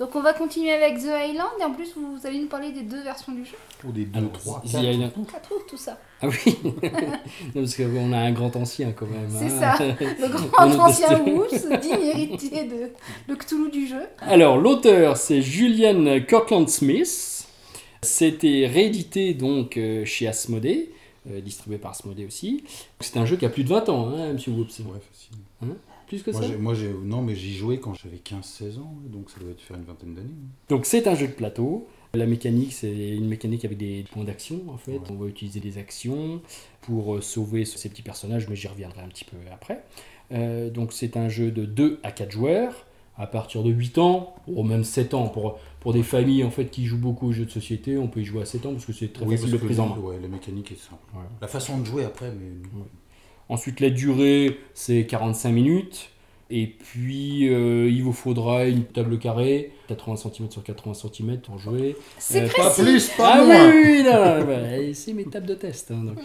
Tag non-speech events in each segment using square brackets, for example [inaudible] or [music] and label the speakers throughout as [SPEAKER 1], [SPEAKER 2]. [SPEAKER 1] Donc on va continuer avec The Island et en plus vous, vous allez nous parler des deux versions du jeu.
[SPEAKER 2] Ou des deux,
[SPEAKER 3] Alors,
[SPEAKER 2] trois,
[SPEAKER 3] The
[SPEAKER 2] quatre.
[SPEAKER 3] Island-
[SPEAKER 1] Quatre ou tout ça.
[SPEAKER 3] Ah oui [laughs] Non, Parce qu'on a un grand ancien quand même.
[SPEAKER 1] C'est
[SPEAKER 3] hein.
[SPEAKER 1] Le
[SPEAKER 3] On
[SPEAKER 1] grand
[SPEAKER 3] est
[SPEAKER 1] ancien
[SPEAKER 3] testé.
[SPEAKER 1] Wolves, digne héritier de le Cthulhu du jeu.
[SPEAKER 3] [laughs] Alors, l'auteur, c'est Julian Kirkland Smith. C'était réédité donc euh, chez Asmodée, euh, distribué par Asmodée aussi. C'est un jeu qui a plus de 20 ans, hein, monsieur Whoops.
[SPEAKER 2] Ouais, facile.
[SPEAKER 3] Plus que
[SPEAKER 2] Moi,
[SPEAKER 3] ça.
[SPEAKER 2] j'ai- Moi, j'ai, non, mais j'y jouais quand j'avais 15-16 ans, ouais, donc ça doit être faire une vingtaine d'années. hein.
[SPEAKER 3] Donc, c'est un jeu de plateau. La mécanique, c'est une mécanique avec des points d'action en fait. On va utiliser des actions pour euh, sauver ces petits personnages, mais j'y reviendrai un petit peu après. Euh, donc, c'est un jeu de 2 à 4 joueurs à partir de 8 ans, ou même 7 ans. Pour, pour des familles en fait qui jouent beaucoup aux jeux de société, on peut y jouer à 7 ans parce que c'est très facile de
[SPEAKER 2] parce que
[SPEAKER 3] prise en main.
[SPEAKER 2] ouais, la mécanique est simple.
[SPEAKER 3] Ouais.
[SPEAKER 2] La façon de jouer après, mais
[SPEAKER 3] Ensuite, la durée, c'est 45 minutes. Et puis, euh, il vous faudra une table carrée, 80 cm sur 80 cm pour jouer.
[SPEAKER 1] C'est
[SPEAKER 3] Euh,
[SPEAKER 1] précis.
[SPEAKER 2] pas plus, pas
[SPEAKER 3] ah oui,
[SPEAKER 2] moins.
[SPEAKER 3] oui, oui, non, non, bah, et c'est mes tables de test. hein, donc.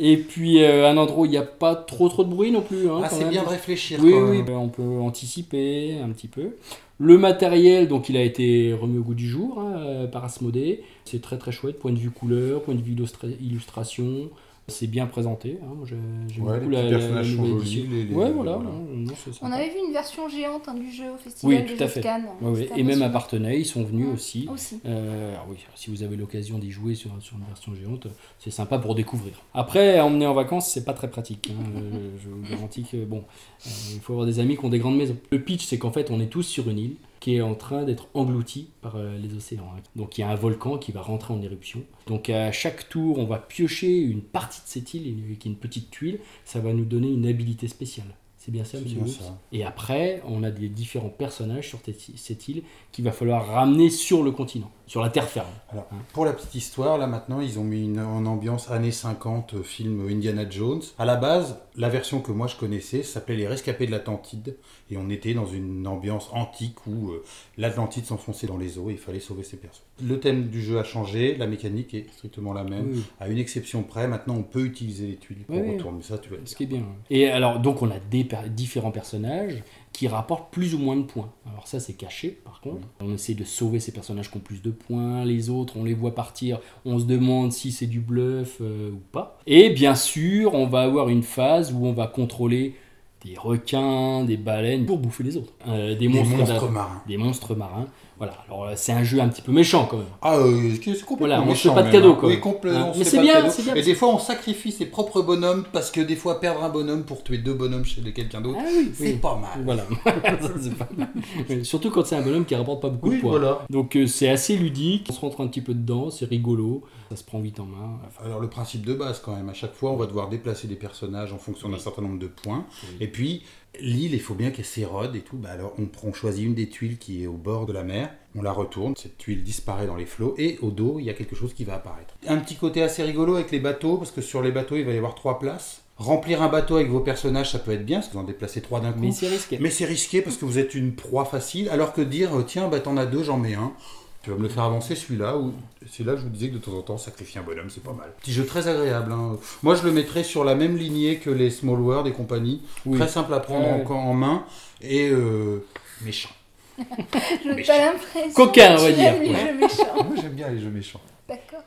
[SPEAKER 3] Et puis, euh, un endroit où il n'y a pas trop trop de bruit non plus. hein,
[SPEAKER 2] Ah,
[SPEAKER 3] quand
[SPEAKER 2] c'est
[SPEAKER 3] même.
[SPEAKER 2] bien de réfléchir.
[SPEAKER 3] Oui,
[SPEAKER 2] quand
[SPEAKER 3] oui,
[SPEAKER 2] même.
[SPEAKER 3] bah, on peut anticiper un petit peu. Le matériel, donc il a été remis au goût du jour hein, euh, par Asmodée. C'est très très chouette, point de vue couleur, point de vue illustra- illustration. C'est bien présenté. hein, moi, j'ai- j'aime
[SPEAKER 2] Ouais, les
[SPEAKER 3] beaucoup la-
[SPEAKER 2] petits
[SPEAKER 3] la-
[SPEAKER 2] personnages
[SPEAKER 3] la
[SPEAKER 2] sont
[SPEAKER 3] nouvelle
[SPEAKER 2] jolis.
[SPEAKER 3] édition.
[SPEAKER 2] les- les-
[SPEAKER 3] Ouais, voilà.
[SPEAKER 2] voilà.
[SPEAKER 3] non, non, c'est
[SPEAKER 1] On
[SPEAKER 3] sympa.
[SPEAKER 1] avait vu une version géante hein, du jeu au festival
[SPEAKER 3] Oui,
[SPEAKER 1] des
[SPEAKER 3] tout
[SPEAKER 1] jeux
[SPEAKER 3] à
[SPEAKER 1] de
[SPEAKER 3] fait.
[SPEAKER 1] Cannes.
[SPEAKER 3] Ouais, ouais.
[SPEAKER 1] C'était
[SPEAKER 3] Et même
[SPEAKER 1] impressionnant.
[SPEAKER 3] appartenait, ils sont venus
[SPEAKER 1] Mm.
[SPEAKER 3] aussi.
[SPEAKER 1] Aussi.
[SPEAKER 3] Euh, alors oui, si vous avez l'occasion d'y jouer sur, sur une version géante, c'est sympa pour découvrir. Après, emmener en vacances, c'est pas très pratique. hein. Euh, je vous garantis que bon, euh, il faut avoir des amis qui ont des grandes maisons. Le pitch, c'est qu'en fait, on est tous sur une île qui est en train d'être engloutie par euh, les océans. hein. Donc il y a un volcan qui va rentrer en éruption. Donc à chaque tour, on va piocher une partie de cette île, une- qui est une petite tuile. Ça va nous donner une habilité spéciale. C'est bien ça,
[SPEAKER 2] C'est
[SPEAKER 3] monsieur
[SPEAKER 2] bien
[SPEAKER 3] Wolf
[SPEAKER 2] ça.
[SPEAKER 3] et après, on a des différents personnages sur t- cette île qu'il va falloir ramener sur le continent, sur la terre ferme.
[SPEAKER 2] Alors, pour la petite histoire, là maintenant, ils ont mis une, en ambiance années 50, euh, film Indiana Jones. À la base, la version que moi je connaissais s'appelait Les Rescapés de l'Atlantide. Et on était dans une ambiance antique où euh, l'Atlantide s'enfonçait dans les eaux et il fallait sauver ses personnes. Le thème du jeu a changé, la mécanique est strictement la même.
[SPEAKER 3] Oui.
[SPEAKER 2] À une exception près, maintenant on peut utiliser les tuiles pour
[SPEAKER 3] Oui, oui.
[SPEAKER 2] retourner. Ça, tu vas le
[SPEAKER 3] Ce
[SPEAKER 2] dire.
[SPEAKER 3] qui est bien. Et alors, donc, on a des per- différents personnages qui rapportent plus ou moins de points. Alors, ça, c'est caché, par contre. On essaie de sauver ces personnages qui ont plus de points. Les autres, on les voit partir. On se demande si c'est du bluff euh, ou pas. Et bien sûr, on va avoir une phase où on va contrôler des requins, des baleines pour bouffer les autres. Euh, des,
[SPEAKER 2] Les
[SPEAKER 3] monstres
[SPEAKER 2] monstres
[SPEAKER 3] d'a-
[SPEAKER 2] marins.
[SPEAKER 3] des monstres marins. Voilà. Alors, euh, c'est un jeu un petit peu méchant, quand même.
[SPEAKER 2] Ah, euh, c'est complètement
[SPEAKER 3] Voilà, on se
[SPEAKER 2] méchant,
[SPEAKER 3] fait pas de
[SPEAKER 2] même,
[SPEAKER 3] cadeaux,
[SPEAKER 2] hein.
[SPEAKER 3] quoi.
[SPEAKER 2] Oui, complètement,
[SPEAKER 3] Hein.
[SPEAKER 2] on se
[SPEAKER 3] Mais
[SPEAKER 2] fait
[SPEAKER 3] c'est
[SPEAKER 2] pas de
[SPEAKER 3] bien,
[SPEAKER 2] cadeaux.
[SPEAKER 3] c'est bien,
[SPEAKER 2] Et
[SPEAKER 3] parce
[SPEAKER 2] des fois, on sacrifie ses propres bonhommes parce que des fois, perdre un bonhomme pour tuer deux bonhommes chez quelqu'un d'autre,
[SPEAKER 3] Ah oui,
[SPEAKER 2] c'est pas mal.
[SPEAKER 3] Voilà, [laughs] Ça, c'est pas
[SPEAKER 2] [laughs]
[SPEAKER 3] mal. Mais Surtout quand c'est un bonhomme qui rapporte pas beaucoup de points.
[SPEAKER 2] voilà.
[SPEAKER 3] Donc euh, c'est assez ludique, on se rentre un petit peu dedans, c'est rigolo, ça se prend vite en main. Enfin,
[SPEAKER 2] Alors le principe de base quand même, à chaque fois on va devoir déplacer des personnages en fonction d'un certain nombre de points.
[SPEAKER 3] Oui.
[SPEAKER 2] Et puis l'île, il faut bien qu'elle s'érode et tout. Bah, alors on, prend- on choisit une des tuiles qui est au bord de la mer, on la retourne, cette tuile disparaît dans les flots et au dos il y a quelque chose qui va apparaître. Un petit côté assez rigolo avec les bateaux, parce que sur les bateaux il va y avoir trois places. Remplir un bateau avec vos personnages ça peut être bien, parce que vous en déplacez trois d'un coup.
[SPEAKER 3] mais c'est risqué.
[SPEAKER 2] Mais c'est risqué parce que vous êtes une proie facile, alors que dire euh, tiens, bah t'en as deux, j'en mets un. Tu vas me le faire avancer celui-là, ou celui-là, je vous disais que de temps en temps, sacrifier un bonhomme, c'est pas mal. Petit jeu très agréable. hein. Moi, je le mettrais sur la même lignée que les Small World et compagnie.
[SPEAKER 3] Oui.
[SPEAKER 2] Très simple à prendre
[SPEAKER 3] Ouais.
[SPEAKER 2] encore en main et euh, méchant.
[SPEAKER 1] Je-
[SPEAKER 2] Méchant.
[SPEAKER 1] T'as l'impression
[SPEAKER 3] Coquin,
[SPEAKER 1] que
[SPEAKER 3] on va
[SPEAKER 1] tu
[SPEAKER 3] dire.
[SPEAKER 1] aimes les
[SPEAKER 2] Ouais.
[SPEAKER 1] jeux méchants.
[SPEAKER 2] Moi, Ah, j'aime bien les jeux méchants.
[SPEAKER 1] D'accord.